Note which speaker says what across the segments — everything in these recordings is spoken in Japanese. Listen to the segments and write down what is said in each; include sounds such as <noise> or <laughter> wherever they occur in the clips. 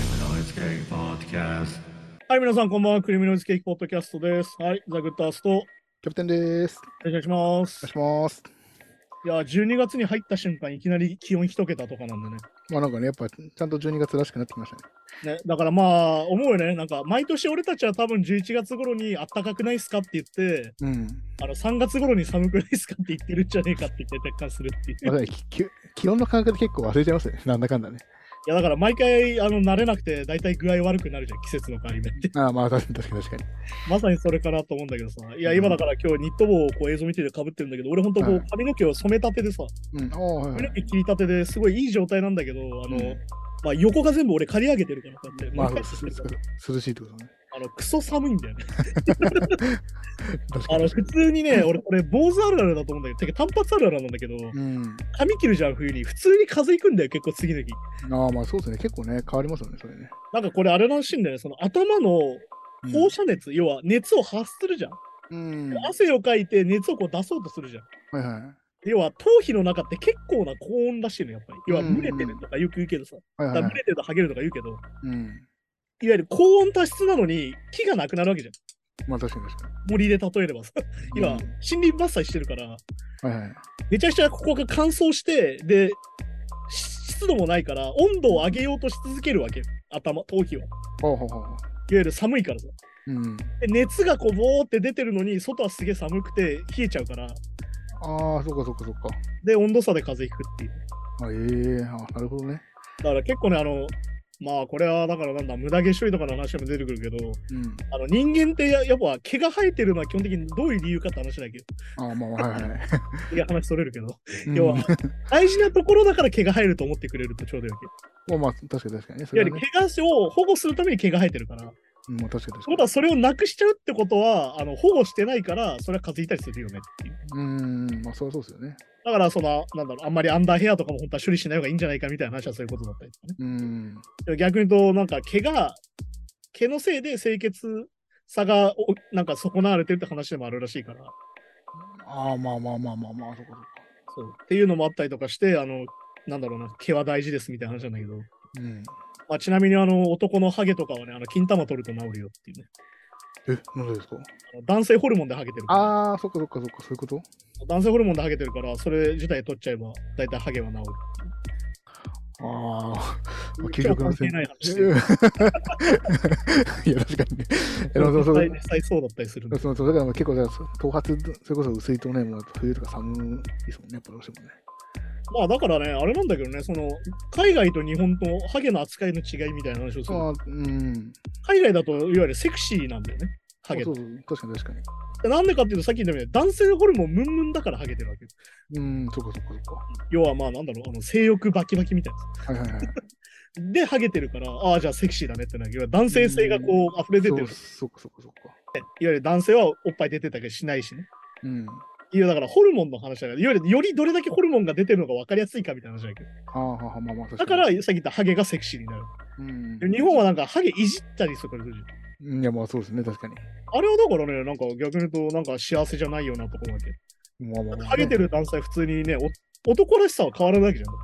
Speaker 1: Cake Podcast.
Speaker 2: はい、皆さん、こんばんは。クリミナルズケーキポッドキャストです。はい、ザ・グッドアースト、よ
Speaker 3: キャプテンです。
Speaker 2: ろしくお願いします。
Speaker 3: お願いします。
Speaker 2: いや、12月に入った瞬間、いきなり気温1桁とかなんでね。
Speaker 3: まあなんかね、やっぱちゃんと12月らしくなってきましたね。
Speaker 2: ねだからまあ、思うよね。なんか、毎年俺たちは多分11月頃にあったかくないっすかって言って、
Speaker 3: うん。
Speaker 2: あの3月頃に寒くないっすかって言ってるんじゃねえかって言って撤回するっていう。い
Speaker 3: まあね、きき気温の感覚結構忘れちゃいますね。なんだかんだね。
Speaker 2: や、だから毎回、あの、慣れなくて、だいたい具合悪くなるじゃん、季節の変わり目って。 <laughs>
Speaker 3: ああ、まあ確かに確かに確かに。
Speaker 2: まさにそれかなと思うんだけどさ。いや、今だから今日ニット帽をこう映像見ててかぶってるんだけど、俺ほんとこ
Speaker 3: は
Speaker 2: う
Speaker 3: い
Speaker 2: 髪の毛を染めたてでさ、
Speaker 3: うん。ああ、はいは
Speaker 2: 髪の毛
Speaker 3: い。
Speaker 2: 切りたてですごいいい状態なんだけど、あの、
Speaker 3: うん
Speaker 2: まあ、横が全部俺刈り上げてるから、こうやって。
Speaker 3: まあ
Speaker 2: 乗り返
Speaker 3: そ
Speaker 2: して
Speaker 3: う
Speaker 2: る
Speaker 3: そ
Speaker 2: から
Speaker 3: う涼しいってことね。
Speaker 2: あの、クソ寒いんだよね。
Speaker 3: 確か
Speaker 2: あ
Speaker 3: に
Speaker 2: の、普
Speaker 3: 確か
Speaker 2: 通に
Speaker 3: <laughs>
Speaker 2: ね、俺、これ、坊主あるあるだと思うんだけど、てか単発あるあるなんだけど、
Speaker 3: に。うん。
Speaker 2: 髪切るじゃん、冬に。普通に風邪ひくんだよ、結構次の日。
Speaker 3: ああ、まあそうですね。結構ね、変わりますよね、それね。
Speaker 2: なんかこれ、あれらしいんだよね、その頭の
Speaker 3: うん
Speaker 2: 放射熱、要は熱を発するじゃん。
Speaker 3: うん。は
Speaker 2: 汗をかいて熱をこう出そうとするじゃん。
Speaker 3: いは
Speaker 2: 要は頭皮の中って結構な高温らしいのよやっぱり。要は蒸れてるとかよく言うけどさ。
Speaker 3: い。はい
Speaker 2: だから
Speaker 3: はいは
Speaker 2: 蒸
Speaker 3: い。
Speaker 2: れてるとハゲるとか言うけど、いわ
Speaker 3: うん。
Speaker 2: ゆる高温多湿なのに木がなくなるわけじゃん。
Speaker 3: まあ確かに確かに。
Speaker 2: 森で例えればさ、今、
Speaker 3: うん
Speaker 2: 森林伐採してるから、
Speaker 3: はいはい。
Speaker 2: めちゃくちゃここが乾燥して、で、し湿度もないから、温度を上げようとし続けるわけよ、頭、頭皮は。いわ
Speaker 3: ほうほうほうほう。
Speaker 2: ゆる寒いからさ。
Speaker 3: うん。
Speaker 2: で熱がこう、ぼーって出てるのに、外はすげえ寒くて冷えちゃうから、
Speaker 3: ああ、そうかそうかそうか。
Speaker 2: で、温度差で風邪ひくっていう。
Speaker 3: あええあなるほどね。
Speaker 2: だから結構ね、あの、まあこれはだからなんだ、無駄毛処理とかの話も出てくるけど、
Speaker 3: うん。
Speaker 2: あの人間ってややっぱ毛が生えてるのは基本的にどういう理由かって話だけ
Speaker 3: ああ、まあまあはいはい。
Speaker 2: ど、いや話それるけど、
Speaker 3: うん
Speaker 2: 要は大事なところだから毛が生えると思ってくれるとちょうどよけ。
Speaker 3: まあまあ確かに確かにね。そ
Speaker 2: いわ
Speaker 3: れ
Speaker 2: ゆ
Speaker 3: は
Speaker 2: る
Speaker 3: ね。
Speaker 2: 怪我を保護するために毛が生えてるから。って
Speaker 3: うんまあ確かに確か
Speaker 2: こ
Speaker 3: に
Speaker 2: と。はそれをなくしちゃうってことはあの保護してないからそれは風邪ひいたりするよねっていう。
Speaker 3: うーん、まあ、そりゃそうですよね。
Speaker 2: だからそのなんだろうあんまりアンダーヘアとかも本当は処理しない方がいいんじゃないかみたいな話はそういうことだったりとかね。
Speaker 3: うーん。
Speaker 2: でも逆に言うとなんか毛が毛のせいで清潔さがおなんか損なわれてるって話でもあるらしいから。
Speaker 3: ああ、まあまあまあまあまあ、そこそこ。
Speaker 2: そうっていうのもあったりとかしてあのなんだろうな毛は大事ですみたいな話なんだけど。
Speaker 3: うん。
Speaker 2: まあ、ちなみにあの男のハゲとかはね、あの金玉取ると治るよっていうね。
Speaker 3: え、なんでですか
Speaker 2: あの男性ホルモンでハゲてるから。
Speaker 3: ああ、そっかそっかそっか、そういうこと
Speaker 2: 男性ホルモンでハゲてるから、それ自体取っちゃえば、大体ハゲは治る。
Speaker 3: あ <laughs> あ、まあ、
Speaker 2: 今日
Speaker 3: 究極
Speaker 2: 関
Speaker 3: の
Speaker 2: 係
Speaker 3: 線。
Speaker 2: ない話してる
Speaker 3: うんいや、確かにね。え、でもそ
Speaker 2: 実
Speaker 3: うそ
Speaker 2: 際
Speaker 3: う。
Speaker 2: 実際そうだったりするんで。
Speaker 3: そうそうだから結構だから頭髪それこそ薄いとねもう冬とか寒いですもんねやっぱどうしてもね
Speaker 2: まあだからね、あれなんだけどね、その海外と日本とハゲの扱いの違いみたいな話をする。
Speaker 3: ああうん
Speaker 2: 海外だといわゆるセクシーなんだよね、ハゲっ
Speaker 3: そ
Speaker 2: て
Speaker 3: うそう確かに確か
Speaker 2: でなんでかっていうと、さっき言ったように男性ホルモンムンムンだからハゲてるわけよ。
Speaker 3: にうんそっかそっかそっ
Speaker 2: 要はまあなんだろう、あの性欲バキバキみたいな。
Speaker 3: かはいはいはい
Speaker 2: で、ハゲてるから、ああ、じゃあセクシーだねってなるけど、男性性がこう溢 <laughs> れ出てる。
Speaker 3: そうそっかそっかそっか
Speaker 2: いわゆる男性はおっぱい出てたりしないしね。
Speaker 3: うん
Speaker 2: いやだからホルモンの話だから、いわゆるよりどれだけホルモンが出てるのか分かりやすいかみたいな話だけど。
Speaker 3: ああはあまあまあ確
Speaker 2: だから、さっき言ったハゲがセクシーになる。
Speaker 3: うん
Speaker 2: で日本はなんかハゲいじったりするから、
Speaker 3: うんいやまあそうですね確かに
Speaker 2: あれはだからね、なんか逆に言うと、なんか幸せじゃないよなとこまで。
Speaker 3: まあまあまあ
Speaker 2: ハゲてる男性は普通にね、お男らしさは変わらないわけじゃん。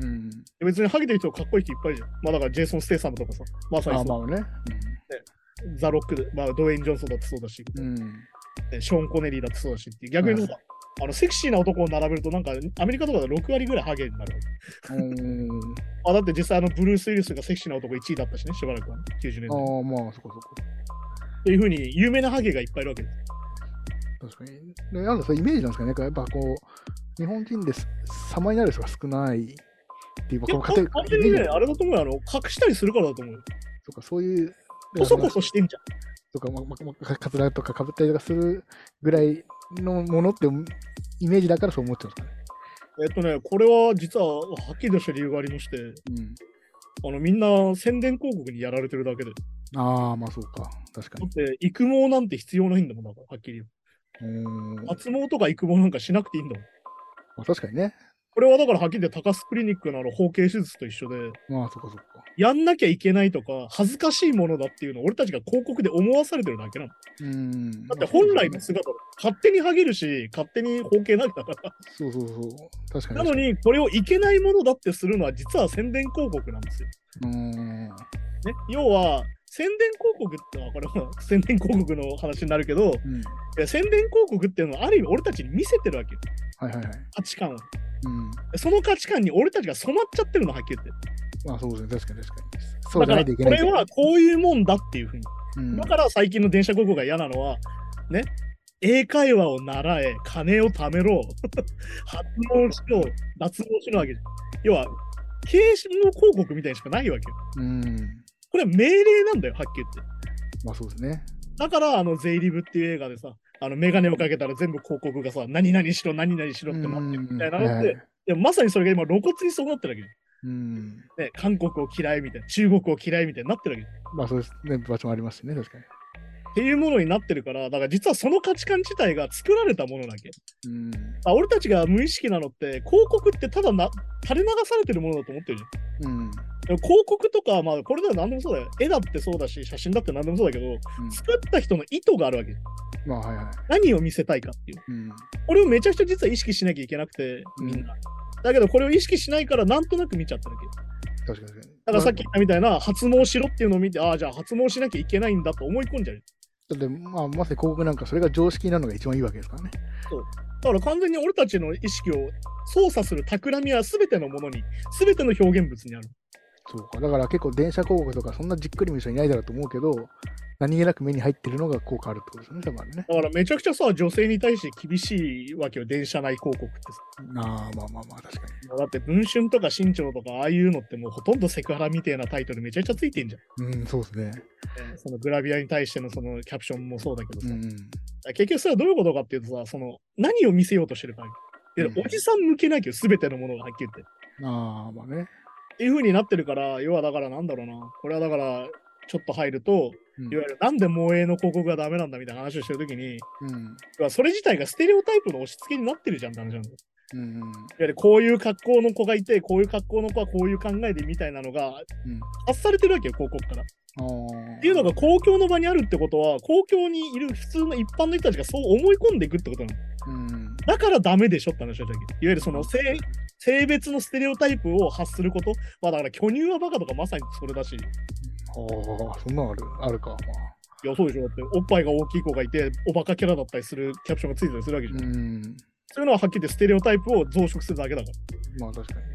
Speaker 3: うん
Speaker 2: で別にハゲてる人かっこいい人いっぱいいるじゃん。まあだからジェイソン・ステイサムとかさ、まさに
Speaker 3: あ
Speaker 2: そう
Speaker 3: まあね。
Speaker 2: ザ・ロックで、まあドウェイン・ジョンソンだってそうだし、
Speaker 3: うん。うん
Speaker 2: ねショーン・コネリーだってそうだしっていう逆に言うとさ、あのセクシーな男を並べると、なんかアメリカとかで6割ぐらいハゲになる。
Speaker 3: うん。
Speaker 2: あだって実際あのブルース・ウィルスがセクシーな男1位だったしね、しばらくは、ね、90年代。っ <laughs>
Speaker 3: ああ、まあ、そこそこ。
Speaker 2: ていうふうに有名なハゲがいっぱいいるわけです。
Speaker 3: 確かに。で、なんだ、そうイメージなんですかね。やっぱこう、日本人です様になる人が少ないっていう、
Speaker 2: いや、
Speaker 3: 僕
Speaker 2: 完
Speaker 3: 勝手
Speaker 2: 全
Speaker 3: に
Speaker 2: に
Speaker 3: イメー
Speaker 2: ね、
Speaker 3: ジ
Speaker 2: あれだと思うよ。あの、隠したりするからだと思うよ。
Speaker 3: とか、そういう。
Speaker 2: こそこそしてんじゃん。
Speaker 3: とか、まままカツラとかかぶったりとかするぐらいのものってイメージだからそう思っちゃうんですかね。
Speaker 2: えっとね、これは実ははっきりとした理由がありまして、あのみんな宣伝広告にやられてるだけで、だ
Speaker 3: うん。ああ、まあそうか。確かに
Speaker 2: っ。て育毛なんて必要ないんだもんだから、はっきり
Speaker 3: うん。
Speaker 2: 言う。
Speaker 3: ま
Speaker 2: 脱毛とか育毛なんかしなくていいんだもん。
Speaker 3: あ確かにね。
Speaker 2: これはだからはっきり言って高須クリニックのあの包茎手術と一緒で、
Speaker 3: まあそこそこ。
Speaker 2: やんなきゃいけないとか、恥ずかしいものだっていうのを俺たちが広告で思わされてるだけなの。
Speaker 3: うん。
Speaker 2: だって本来の姿を勝手にハゲるし、勝手に包茎なんだから。
Speaker 3: そうそうそう。確かに。
Speaker 2: なのに、これをいけないものだってするのは、実は宣伝広告なんですよ。
Speaker 3: うーん。
Speaker 2: ね。要は、宣伝広告ってのは、これは <laughs> 宣伝広告の話になるけど、
Speaker 3: うん。
Speaker 2: いや宣伝広告っていうのは、ある意味俺たちに見せてるわけよ。
Speaker 3: はいはいはい。
Speaker 2: 価値観を。
Speaker 3: うん。
Speaker 2: その価値観に俺たちが染まっちゃってるの、はっきり言って。
Speaker 3: まあそうですね、確かに確かに。そ
Speaker 2: だか
Speaker 3: うじゃな
Speaker 2: ら、
Speaker 3: いとい
Speaker 2: こ
Speaker 3: けない
Speaker 2: れはこういうもんだっていうふうに。
Speaker 3: うん
Speaker 2: だから最近の電車広告が嫌なのは、ね、英会話を習え、金を貯めろ、 <laughs> 発音しろ、脱毛しろわけじゃん。要は、形式の広告みたいにしかないわけよ。
Speaker 3: うん。
Speaker 2: これは命令なんだよ、はっきり言って。
Speaker 3: まあそうですね。
Speaker 2: だから、あの、ゼイリブっていう映画でさ、あの、メガネをかけたら全部広告がさ、何々しろ、何々しろって待ってるみたいな
Speaker 3: うん
Speaker 2: のっ
Speaker 3: はい
Speaker 2: て、
Speaker 3: はい
Speaker 2: でもまさにそれが今露骨にそうなってるわけじ
Speaker 3: うん。
Speaker 2: ゃん。ね、韓国を嫌いみたいな、中国を嫌いみたいになってるわけじゃん
Speaker 3: まあそうですね、場所もありますしね、確かに。
Speaker 2: っていうものになってるから、だから実はその価値観自体が作られたものだけ。
Speaker 3: うん。
Speaker 2: あ俺たちが無意識なのって、広告ってただな垂れ流されてるものだと思ってるじゃん
Speaker 3: うん。
Speaker 2: でも広告とか、まあ、これなら何でもそうだよ。絵だってそうだし、写真だって何でもそうだけど、作った人の意図があるわけ。
Speaker 3: まあはいはい。
Speaker 2: 何を見せたいかっていう。
Speaker 3: うん。
Speaker 2: これをめちゃくちゃ実は意識しなきゃいけなくて、みんな。だけど、これを意識しないから、なんとなく見ちゃっただけ。
Speaker 3: 確かに確かに。
Speaker 2: だからさっき言ったみたいな、発毛しろっていうのを見て、ああ、じゃあ発毛しなきゃいけないんだと思い込んじゃう。
Speaker 3: だって、まあ、まさに広告なんか、それが常識なのが一番いいわけですからね。
Speaker 2: だから完全に俺たちの意識を操作する企みは全てのものに、全ての表現物にある。
Speaker 3: そうか。だから結構電車広告とか、そんなじっくり見る人いないだろうと思うけど、何気なく目に入ってるのが効果あるってことですよね、多分あれね。
Speaker 2: だからめちゃくちゃさ、女性に対して厳しいわけよ、電車内広告ってさ。
Speaker 3: ああ、まあまあまあ、確か
Speaker 2: だって、文春とか新潮とか、ああいうのってもうほとんどセクハラみたいなタイトルめちゃくちゃついてんじゃん。
Speaker 3: に。うん、そうですね。
Speaker 2: そのグラビアに対してのそのキャプションもそうだけど
Speaker 3: う
Speaker 2: さ。
Speaker 3: ん。
Speaker 2: 結局それはどういうことかっていうとさ、その何を見せようとしてるか。で
Speaker 3: うん
Speaker 2: おじさん向けなきゃ全てのものがはっきり言って。
Speaker 3: ああ、まあね。
Speaker 2: っていう風になってるから、要はだからなんだろうな。これはだから、ちょっと入ると、
Speaker 3: う
Speaker 2: い
Speaker 3: ん
Speaker 2: わゆるなんで萌えの広告がダメなんだみたいな話をしてるときに、い
Speaker 3: うん。
Speaker 2: やそれ自体がステレオタイプの押し付けになってるじゃん、ダメじゃん。いわ
Speaker 3: うん。うん。
Speaker 2: ゆるこういう格好の子がいて、こういう格好の子はこういう考えでみたいなのが、発されてるわけよ、広告から。っ
Speaker 3: ああ。って
Speaker 2: いうのが公共の場にあるってことは、公共にいる普通の一般の人たちがそう思い込んでいくってことなの。
Speaker 3: うん。
Speaker 2: だからダメでしょって話をしたわけ。いわゆるその性性別のステレオタイプを発すること、まあだから巨乳はバカとかまさにそれだし、
Speaker 3: ああ、そんなのある、あるか。まあ、
Speaker 2: いや、そうでしょ。だって、おっぱいが大きい子がいて、おバカキャラだったりするキャプションがついてたりするわけじゃん。
Speaker 3: うん。
Speaker 2: そういうのははっきり言ってステレオタイプを増殖するだけだから。
Speaker 3: まあ確かにね。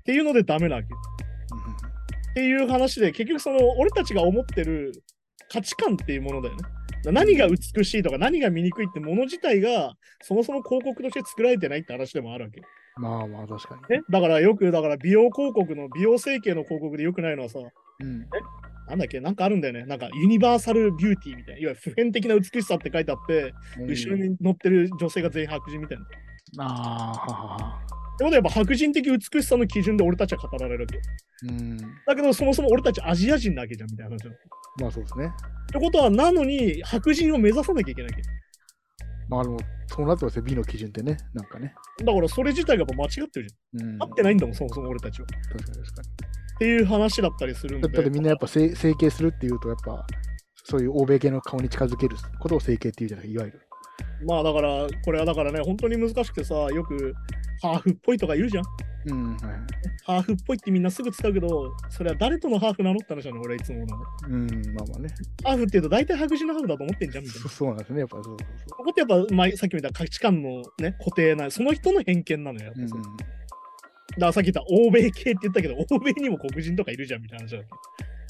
Speaker 2: っていうのでダメなわけ。っていう話で、結局その、俺たちが思ってる価値観っていうものだよね。何が美しいとか何が醜いってもの自体がそもそも広告として作られてないって話でもあるわけ。
Speaker 3: うん、まあまあ確か
Speaker 2: ね、だからよくだから美容広告の美容整形の広告でよくないのはさ、
Speaker 3: に。うん。
Speaker 2: なんだっけなんかあるんだよね。なんかユニバーサルビューティーみたいな。いわゆる普遍的な美しさって書いてあって、後ろに乗ってる女性が全員白人みたいな。
Speaker 3: ああ、ははは。
Speaker 2: ってことはやっぱ白人的美しさの基準で俺たちは語られるわけ。
Speaker 3: うん。
Speaker 2: だけどそもそも俺たちアジア人なわけじゃんみたいな話なの。っ
Speaker 3: まあそうですね。
Speaker 2: てことはなのに白人を目指さなきゃいけないわ
Speaker 3: まあでも、そうなってますよ、美の基準ってね、なんかね。
Speaker 2: け。だからそれ自体がやっぱ間違ってるじ
Speaker 3: うん
Speaker 2: ゃん。合ってないんだもん、そもそも俺たちは。っ
Speaker 3: 確かに確かに。
Speaker 2: ていう話だったりするん
Speaker 3: だ
Speaker 2: で。
Speaker 3: だってみんなやっぱ整整形するっていうと、やっぱ、そういう欧米系の顔に近づけることを整形っていうじゃない、いわゆる。
Speaker 2: まあだから、これはだからね、本当に難しくてさ、よくハーフっぽいとか言うじゃん。
Speaker 3: うん、はい。
Speaker 2: ハーフっぽいってみんなすぐ使うけど、それは誰とのハーフなのって話なの、俺はいつも思うのね。
Speaker 3: うん、まあまあね。
Speaker 2: ハーフって言うと大体白人のハーフだと思ってんじゃんみたいな
Speaker 3: そ。そうなんですね、やっぱそうそう
Speaker 2: ここってやっぱ、まあ、さっきも言った価値観のね、固定な、その人の偏見なのよ。やっぱ
Speaker 3: そう。
Speaker 2: そうだからさっき言った欧米系って言ったけど、欧米にも黒人とかいるじゃんみたいな話だっけ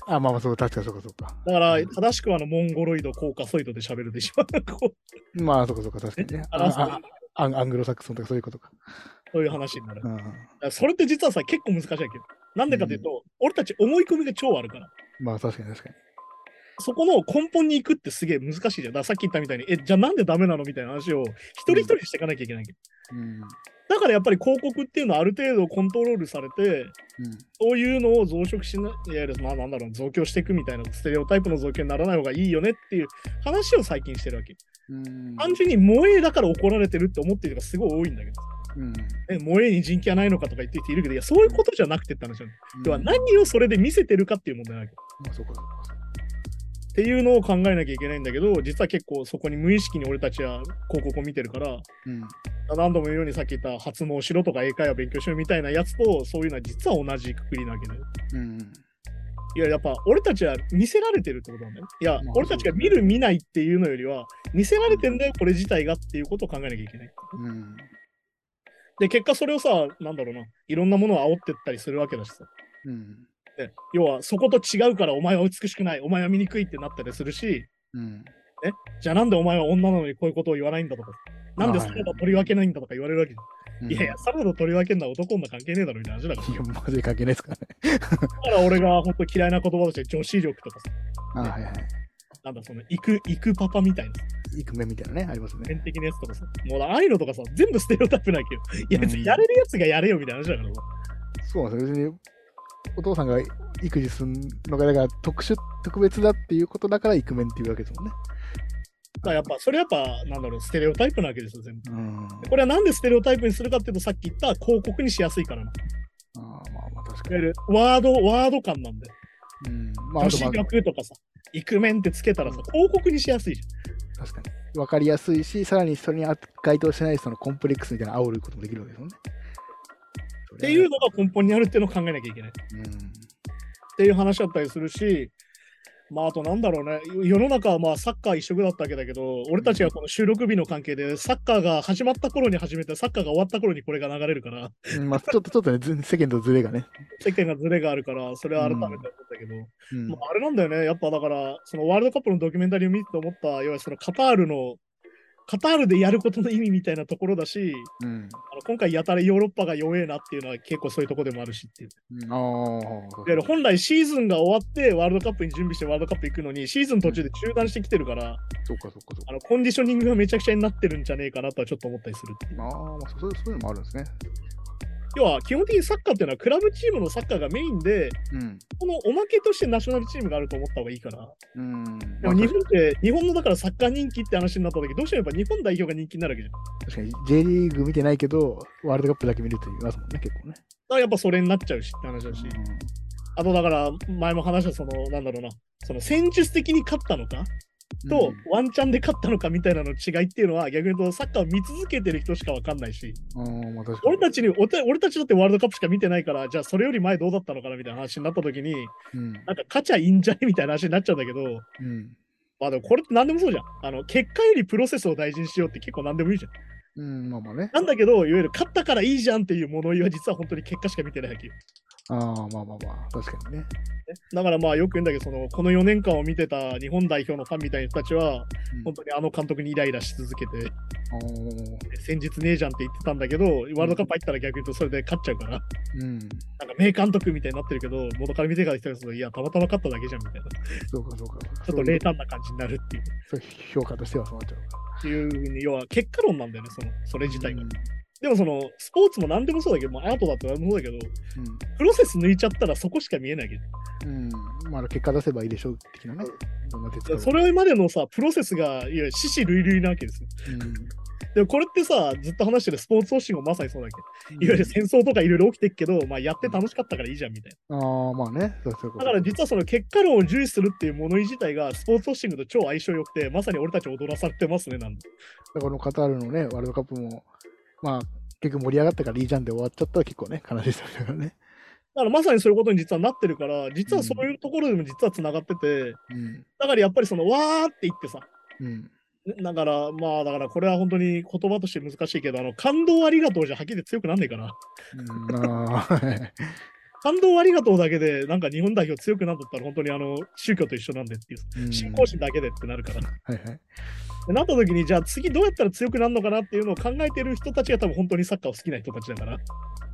Speaker 3: あ、まあまあそう、確かにそうかそうか。
Speaker 2: だから、正しくはあの、モンゴロイド、コーカソイドで喋るでしょ。 <laughs> こう
Speaker 3: まあそうかそうか、確かにね。
Speaker 2: 話す
Speaker 3: ああアンアングロサクソンとかそういうことか。
Speaker 2: そういう話になる。だか
Speaker 3: うん、
Speaker 2: らそれって実はさ、結構難しいわけど。なんでかというと、俺たち思い込みが超あるから。
Speaker 3: まあ確かに確かに。
Speaker 2: そこの根本に行くってすげえ難しいじゃん。だからさっき言ったみたいに、え、じゃあなんでダメなのみたいな話を一人一人していかなきゃいけないわけ、
Speaker 3: うん。
Speaker 2: だからやっぱり広告っていうのはある程度コントロールされて、そういうのを増殖しない、いわゆる、まあなんだろう、増強していくみたいな、ステレオタイプの増強にならない方がいいよねっていう話を最近してるわけ。
Speaker 3: うん。
Speaker 2: 単純に萌えだから怒られてるって思ってる人がすごい多いんだけど、
Speaker 3: うん。
Speaker 2: え萌えに人気はないのかとか言ってる人いるけど、いや、そういうことじゃなくてって話なの。要は何をそれで見せてるかっていう問題なわけ。
Speaker 3: まあそうかそうか。
Speaker 2: っていうのを考えなきゃいけないんだけど、実は結構そこに無意識に俺たちは広告を見てるから、
Speaker 3: うん。
Speaker 2: 何度も言うようにさっき言った発毛しろとか英会話勉強しろみたいなやつと、そういうのは実は同じくくりなわけで。
Speaker 3: うん。
Speaker 2: いや、やっぱ俺たちは見せられてるってことなんだよ。いや、
Speaker 3: まあ
Speaker 2: 俺たちが見る、見ないっていうのよりは、見せられてんだよ、これ自体がっていうことを考えなきゃいけない。
Speaker 3: うん。
Speaker 2: で、結果それをさ、なんだろうな、いろんなものを煽ってったりするわけだしさ。
Speaker 3: うん。
Speaker 2: で要は、そこと違うからお前は美しくない、お前は見にくいってなったりするし、
Speaker 3: うん。
Speaker 2: じゃあなんでお前は女なのにこういうことを言わないんだとか、なんで
Speaker 3: は
Speaker 2: サ
Speaker 3: い
Speaker 2: ラダ取り分けないんだとか言われるわけじ
Speaker 3: う
Speaker 2: ゃ
Speaker 3: ん
Speaker 2: ん。いやいや、サラダ取り分けんのは男女関係ねえだろみたいな話だから。
Speaker 3: いや、マジで関係ないですからね。
Speaker 2: だから俺が本当嫌いな言葉として女子力とかさ、
Speaker 3: あはいはい。
Speaker 2: なんだその、行く、行くパパみたいなさ、
Speaker 3: イクメンみたいなね、ありますね。
Speaker 2: 面的なやつとかさ、もうああいうのとかさ、全部ステレオタイプなわけど、いや別
Speaker 3: う
Speaker 2: に
Speaker 3: ん
Speaker 2: やれるやつがやれよみたいな話だからさ、
Speaker 3: そうなんですよ。別に、お父さんが育児するのが、だから特殊、特別だっていうことだからイクメンっていうわけですもんね。
Speaker 2: だからやっぱ、それやっぱ、なんだろう、ステレオタイプなわけですよ、全部。
Speaker 3: うん。
Speaker 2: これはなんでステレオタイプにするかっていうと、さっき言った広告にしやすいからな。
Speaker 3: あーまあまあ、確
Speaker 2: い
Speaker 3: か
Speaker 2: わゆ
Speaker 3: に。
Speaker 2: るワード、ワード感なんで、
Speaker 3: うん。まあ、あ
Speaker 2: 女
Speaker 3: とま
Speaker 2: 子
Speaker 3: あ
Speaker 2: 力とかさ、イクメンってつけたらさ、広告にしやすいじゃん。
Speaker 3: 確かに。分かりやすいし、さらにそれに該当してないそのコンプレックスみたいな煽ることもできるわけですもんね。っ
Speaker 2: っていうのが根本にあるっていうのを考えなきゃいけない。っていう話だったりするし、まあ、あとなんだろうね、世の中はまあサッカー一色だったわけだけど、俺たちがこの収録日の関係で、サッカーが始まった頃に始めて、サッカーが終わった頃にこれが流れるから、
Speaker 3: うん。まあ、ちょっと、ちょっとね、ず世間とズレがね。
Speaker 2: 世間がズレがあるから、それは改めて思ったけど、
Speaker 3: うん
Speaker 2: まあ、あれなんだよね、やっぱだから、そのワールドカップのドキュメンタリーを見てて思った、いわゆるそのカタールの、カタールでやることの意味みたいなところだし、
Speaker 3: うん。
Speaker 2: あの今回やたらヨーロッパが弱えなっていうのは結構そういうとこでもあるしっていう。
Speaker 3: うんああ。
Speaker 2: いわゆる本来シーズンが終わってワールドカップに準備してワールドカップ行くのにシーズン途中で中断してきてるから、
Speaker 3: そうか、そうか、そう
Speaker 2: あ
Speaker 3: か。
Speaker 2: のコンディショニングがめちゃくちゃになってるんじゃねえかなとはちょっと思ったりするっていう
Speaker 3: あーまあ、そうそういうのもあるんですね。
Speaker 2: 要は基本的にサッカーっていうのはクラブチームのサッカーがメインで
Speaker 3: うん。
Speaker 2: このおまけとしてナショナルチームがあると思った方がいいから
Speaker 3: うん。
Speaker 2: でも日本って日本のだからサッカー人気って話になった時どうしてもやっぱ日本代表が人気になるわけじゃんだか
Speaker 3: 確かに J リーグ見てないけど、ワールドカップだけ見るって言いますもんね、結構ね。
Speaker 2: らやっぱそれになっちゃうしって話だしあとだから前も話したそのなんだろうなその戦術的に勝ったのか
Speaker 3: うん
Speaker 2: と、ワンチャンで勝ったのかみたいなの違いっていうのは逆に言うとサッカーを見続けてる人しかわかんないし
Speaker 3: うん、うんまあ確かに
Speaker 2: 俺たちにおた俺たちだってワールドカップしか見てないからじゃあそれより前どうだったのかなみたいな話になった時に
Speaker 3: うん。
Speaker 2: なんか勝ちゃいいんじゃねみたいな話になっちゃうんだけど
Speaker 3: うん。
Speaker 2: まあでもこれって何でもそうじゃんあの結果よりプロセスを大事にしようって結構何でもいいじゃん
Speaker 3: うん、まあま
Speaker 2: <laughs>
Speaker 3: あね。
Speaker 2: なんだけどいわゆる勝ったからいいじゃんっていう物言いは実は本当に結果しか見てないわけよ
Speaker 3: ああ、まあまあまあ、確かにね。
Speaker 2: だからまあよく言うんだけどそのこの4年間を見てた日本代表のファンみたいな人たちは
Speaker 3: う
Speaker 2: 本当にあの監督にイライラし続けて
Speaker 3: ん、あ
Speaker 2: 先日ねえじゃんって言ってたんだけど、ワールドカップ入ったら逆に言うとそれで勝っちゃうから、なんか
Speaker 3: ーうん。
Speaker 2: 名監督みたいになってるけど、元から見てから人がすると、いや、たまたま勝っただけじゃんみたいな、ち
Speaker 3: そうか、そうか。
Speaker 2: ょっと冷淡な感じになるっていう、
Speaker 3: そういう評価としてはそうなっちゃうか
Speaker 2: っていうふうに、要は結果論なんだよね、そのそれ自体が。
Speaker 3: うん
Speaker 2: でもその、スポーツも何でもそうだけど、まあ、アートだって何でもそうだけど、
Speaker 3: うん
Speaker 2: プロセス抜いちゃったらそこしか見えないわけど、
Speaker 3: うん、まあ結果出せばいいでしょう的なね。どんな手使う
Speaker 2: それまでのさ、プロセスが、いわゆる死死類類なわけですよ。でもこれってさ、ずっと話してるスポーツ方針もまさにそうだけど、
Speaker 3: うん、
Speaker 2: いわゆる戦争とかいろいろ起きてるけど、まあ、やって楽しかったからいいじゃんみたいな。
Speaker 3: ああ、まあね。そうそう
Speaker 2: だから実はその結果論を重視するっていうもの自体がスポーツホスティングと超相性良くてまさに俺たち踊らされてますねなんて
Speaker 3: だからこのカタールのね、ワールドカップも、まあ、結局盛り上がったからいいじゃんで終わっちゃったら結構ね、悲しいですよね。
Speaker 2: だからまさにそういうことに実はなってるから実はそういうところでも実はつながってて、
Speaker 3: うん。
Speaker 2: だからやっぱりそのわーって言ってさ
Speaker 3: うん。
Speaker 2: ねだからまあだからこれは本当に言葉として難しいけどあの感動ありがとうじゃはっきり強くなんねえかな
Speaker 3: うん、あー
Speaker 2: 感動ありがとうだけでなんか日本代表強くなんだったら本当にあの宗教と一緒なんでっていう
Speaker 3: うん
Speaker 2: 信仰心だけでってなるから、
Speaker 3: はいはい。
Speaker 2: でなった時にじゃあ次どうやったら強くなるのかなっていうのを考えてる人たちが多分本当にサッカーを好きな人たちだから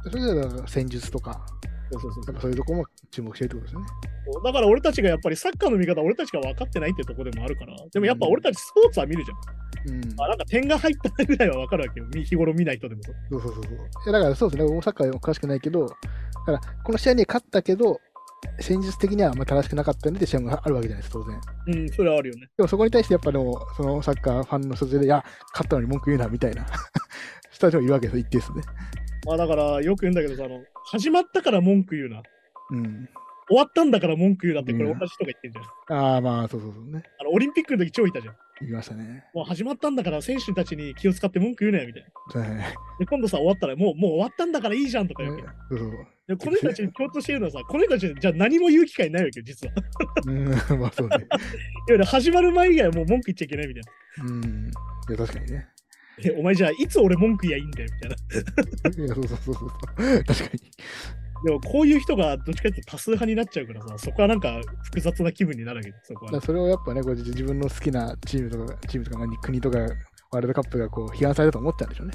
Speaker 3: それでだから戦術とか、
Speaker 2: そうそうそう
Speaker 3: やっぱそういうとこも注目してるってことですよね。
Speaker 2: だから俺たちがやっぱりサッカーの見方、俺たちが分かってないっていうところでもあるから、でもやっぱ俺たちスポーツは見るじゃん。
Speaker 3: うん。
Speaker 2: あなんか点が入ったぐらいは分かるわけよ。み日頃見ない人でもそう。
Speaker 3: そうそうそうそう。いやだからそうですね、大阪は詳しくないけど、だからこの試合には勝ったけど、戦術的にはあんま正しくなかったよねって試合もあるわけじゃないですか、当然。
Speaker 2: うん、それはあるよね。
Speaker 3: でもそこに対してやっぱでも、そのサッカーファンの人たちで、いや、勝ったのに文句言うなみたいな <laughs> 人たちもいるわけですよ、一定数ね。
Speaker 2: まあだからよく言うんだけどさ、あの、始まったから文句言うな。
Speaker 3: うん。
Speaker 2: 終わったんだから文句言うなって、これ
Speaker 3: う
Speaker 2: 同
Speaker 3: ん
Speaker 2: じ人が言ってんじゃん。
Speaker 3: ああ、まあ、そうそうそうね。
Speaker 2: あの、オリンピックの時超いたじゃん。
Speaker 3: 言いましたね。
Speaker 2: もう始まったんだから選手たちに気を使って文句言うなよみたいな。
Speaker 3: そうだね
Speaker 2: で、今度さ、終わったらもうもう終わったんだからいいじゃんとか言うわけ。
Speaker 3: そうそう。
Speaker 2: で、この人たちに共通してるのはさ、この人たちじゃあ何も言う機会ないわけよ、実は。いわ
Speaker 3: うん、 <laughs> まあそうね。
Speaker 2: ゆる始まる前以外はもう文句言っちゃいけないみたいな。
Speaker 3: うん。いや、確かにね。
Speaker 2: え、お前じゃあいつ俺文句言いゃいいんだよみたいな。
Speaker 3: いや、そうそうそうそう。確かに。
Speaker 2: でもこういう人がどっちかっていうと多数派になっちゃうからさ、そこはなんか複雑な気分になるわけど、そこ
Speaker 3: だ
Speaker 2: は
Speaker 3: から
Speaker 2: ね。
Speaker 3: それをやっぱね、こう自分の好きなチームとか、チームとか、まあ、国とか、ワールドカップがこう批判されたと思ったんでしょうね。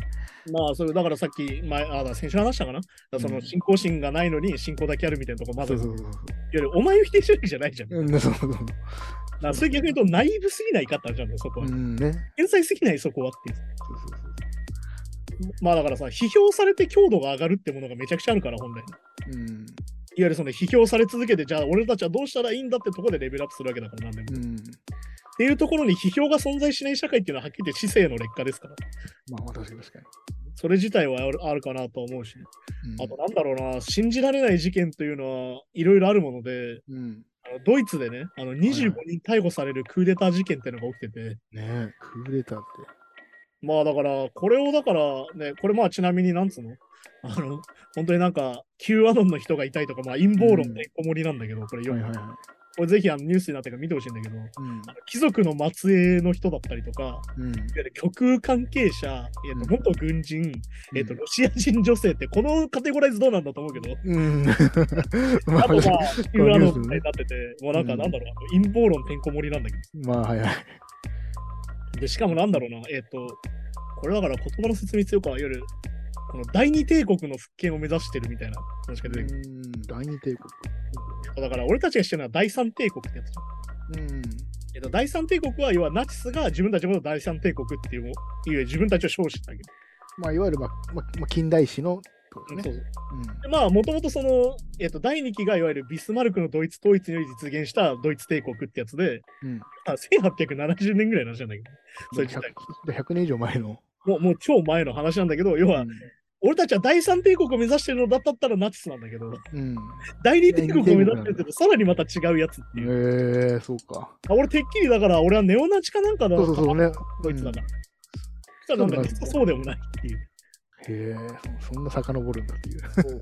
Speaker 2: まあ、それだからさっき前、あ、だから先週話したかな。だからそうの
Speaker 3: ん
Speaker 2: 信仰心がないのに信仰だけあるみたいなとこまだ、
Speaker 3: そう
Speaker 2: いわ
Speaker 3: そうそう。
Speaker 2: ゆるお前を否定してるわけじゃないじゃん。だ
Speaker 3: うん、そうそうそ
Speaker 2: か
Speaker 3: う。
Speaker 2: らそれ逆に言うとナイーブすぎない方じゃんね、そこは
Speaker 3: う。ん、ね。
Speaker 2: 天才すぎないそこはっていう。
Speaker 3: そうそうそう。
Speaker 2: まあだからさ、批評されて強度が上がるってものがめちゃくちゃあるから、本来。いわ
Speaker 3: うん、
Speaker 2: ゆるその批評され続けて、じゃあ俺たちはどうしたらいいんだってところでレベルアップするわけだから、なんでも。
Speaker 3: う
Speaker 2: っ
Speaker 3: ん。
Speaker 2: ていうところに批評が存在しない社会っていうのははっきり言って知性の劣化ですから。
Speaker 3: まあ、まあ確かに確かに。
Speaker 2: それ自体はあるあるかなとは思うし、ね、
Speaker 3: うん
Speaker 2: あとなんだろうな、信じられない事件というのはいろいろあるもので、
Speaker 3: うん。
Speaker 2: あのドイツでね、あの25人逮捕されるクーデター事件っていうのが起きてて、
Speaker 3: ねえ、クーデターって。
Speaker 2: まあだから、これをだからね、これまあちなみになんつうのあの、本当になんか、Q アノンの人がいたりとか、まあ陰謀論ってこもりなんだけど、これよ
Speaker 3: はい
Speaker 2: く、
Speaker 3: はいはい。
Speaker 2: これぜひあのニュースになってるから見てほしいんだけど、
Speaker 3: うん
Speaker 2: あの貴族の末裔の人だったりとか、
Speaker 3: うん。
Speaker 2: いわゆる極右関係者、えっと
Speaker 3: うん
Speaker 2: 元軍人、えっとロシア人女性って、このカテゴライズどうなんだと思うけど、
Speaker 3: うん。まあ、
Speaker 2: あとまあ、
Speaker 3: <laughs> この
Speaker 2: 裏
Speaker 3: ニュ
Speaker 2: の
Speaker 3: ース
Speaker 2: みたい
Speaker 3: ね
Speaker 2: になってて、もうなんか
Speaker 3: うん
Speaker 2: なんだろう、あの陰謀論てんこ盛りなんだけ
Speaker 3: まあ、はいはい。
Speaker 2: ど。で、しかもなんだろうな、えっ、と、これだから言葉の説明必要か、いわゆる、この第二帝国の復権を目指してるみたいな話が出てくる。
Speaker 3: うん、第二帝国。
Speaker 2: だから俺たちがしてるのは第三帝国ってやつじゃん。
Speaker 3: うん。
Speaker 2: えっと、第三帝国は、要はナチスが自分たちのことを第三帝国っていう、いわゆる自分たちを称してたわけ
Speaker 3: まあ、いわゆる、まあ、まあ、まあ近代史のってこ
Speaker 2: ど。
Speaker 3: とね。
Speaker 2: そうでまあ、もともとその、えっと、第二期がいわゆるビスマルクのドイツ統一により実現したドイツ帝国ってやつで、
Speaker 3: うん。うん。
Speaker 2: まあ、1870年ぐらいの話なんだけど、それ自体
Speaker 3: 100 100年以上前の。
Speaker 2: もうもう超前の話なんだけど、要は、俺たちは第三帝国を目指してるのだったったらナチスなんだけど、
Speaker 3: うん。
Speaker 2: 第二帝国を目指してるけど、さらにまた違うやつって
Speaker 3: へ
Speaker 2: いう。
Speaker 3: えー、そうか。
Speaker 2: あ俺、てっきりだから、俺はネオナチかなんかだ
Speaker 3: そうそうそうね。
Speaker 2: ドイツだから。そしたらなんか、実はそうでもないっていう。
Speaker 3: へえ、そそんな遡るんだっていう。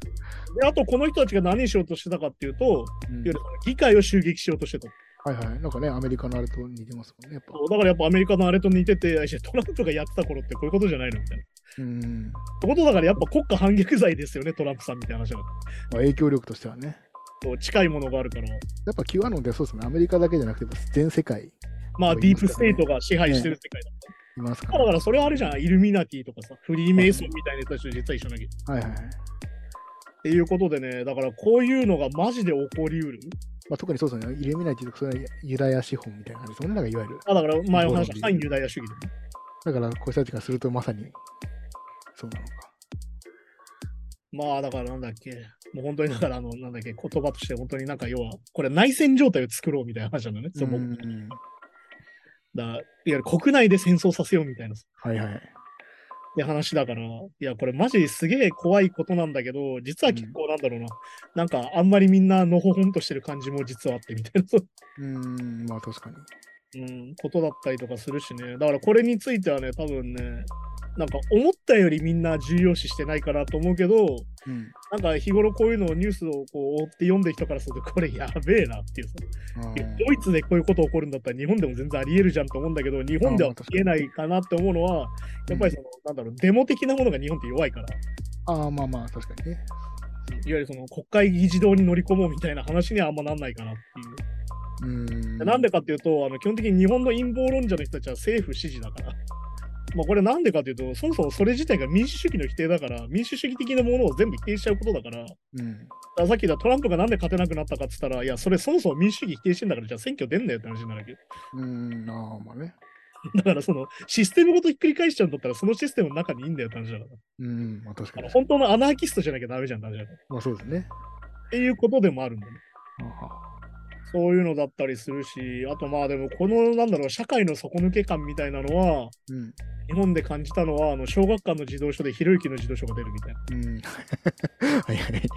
Speaker 2: であと、この人たちが何しようとしてたかっていうと、
Speaker 3: うん
Speaker 2: いわゆるその議会を襲撃しようとしてた。
Speaker 3: はいはい。なんかね、アメリカのあれと似てますもんね、やっぱ。
Speaker 2: だからやっぱアメリカのあれと似て <laughs> て、あいやトランプがやってた頃ってこういうことじゃないのみたいな。
Speaker 3: うん。
Speaker 2: ってことだからやっぱ国家反逆罪ですよね、トランプさんみたいな話だから
Speaker 3: まあ、影響力としてはね。
Speaker 2: こう近いものがあるから。
Speaker 3: やっぱ Q アノンってそうですね、アメリカだけじゃなくて、全世界
Speaker 2: まあ、
Speaker 3: そう
Speaker 2: デ
Speaker 3: 言い
Speaker 2: ィー
Speaker 3: ます
Speaker 2: プ
Speaker 3: よね
Speaker 2: ステートが支配してる世界だ。
Speaker 3: いますか。
Speaker 2: だかららそれはあれじゃん、イルミナティとかさ、フリーメイソンみたいな人たちと実は一緒なわけ。っ
Speaker 3: はいはいはい。
Speaker 2: ていうことでね、だからこういうのがマジで起こりうる。
Speaker 3: まあ、特にそうですね、イルミナティとか、それはユダヤ資本みたいな感じですもんね、なんかいわゆる。
Speaker 2: あだから前お話し
Speaker 3: そう
Speaker 2: た
Speaker 3: だね
Speaker 2: 反ユダヤ主義だね
Speaker 3: だから、こうしたちからするとまさに、そうなのか。
Speaker 2: まあだからなんだっけ、もう本当にだからあの、なんだっけ、言葉として本当になんか要は、これ内戦状態を作ろうみたいな話なんだね。そう
Speaker 3: う。
Speaker 2: もうんだいわゆる国内で戦争させようみたいなさ
Speaker 3: はいはい。
Speaker 2: って話だから、いや、これマジすげえ怖いことなんだけど、実は結構なんだろうな、なんかあんまりみんなのほほんとしてる感じも実はあってみたいな。そう
Speaker 3: うん、まあ確かに。
Speaker 2: うん、ことだったりとかするしね。だからこれについてはね、多分ね、なんか思ったよりみんな重要視してないかなと思うけど、
Speaker 3: うん。
Speaker 2: なんか日頃こういうのをニュースをこう追って読んでる人からすると、これやべえなっていうさ。
Speaker 3: あ
Speaker 2: いや
Speaker 3: ー
Speaker 2: ドイツでこういうこと起こるんだったら日本でも全然あり得るじゃんと思うんだけど、日本では
Speaker 3: あーまあ
Speaker 2: 言えないかなって思うのは、やっぱりその、なんだろう、デモ的なものが日本って弱いから、いわ
Speaker 3: あー、まあまあ、確かにね。
Speaker 2: ゆるその国会議事堂に乗り込もうみたいな話にはあんまなんないかなっていう
Speaker 3: うん。
Speaker 2: で。なんでかっていうと、あの基本的に日本の陰謀論者の人たちは政府支持だから。まあこれなんでかというと、そもそもそれ自体が民主主義の否定だから、民主主義的なものを全部否定しちゃうことだから、だか
Speaker 3: うん。
Speaker 2: らさっき言ったトランプがなんで勝てなくなったかって言ったら、いや、それそもそも民主主義否定してんだから、じゃあ選挙出んなよって話になるわけど。
Speaker 3: うん、ああ、まあね。
Speaker 2: だからそのシステムごとひっくり返しちゃうんだったらそのシステムの中にいいんだよって話だから。
Speaker 3: うん、まあ確か
Speaker 2: あ
Speaker 3: <laughs>
Speaker 2: の
Speaker 3: に。
Speaker 2: 本当のアナーキストじゃなきゃダメじゃん、ダメじゃん。っ
Speaker 3: まあそうですね。
Speaker 2: ていうことでもあるんだね。
Speaker 3: あは
Speaker 2: そういうのだったりするし、あとまあでもこのなんだろう、社会の底抜け感みたいなのは、
Speaker 3: うん。
Speaker 2: 日本で感じたのは、あの小学館の児童書でひろゆきの児童書が出るみたいな。
Speaker 3: うん。 <laughs> はいはい。
Speaker 2: なんか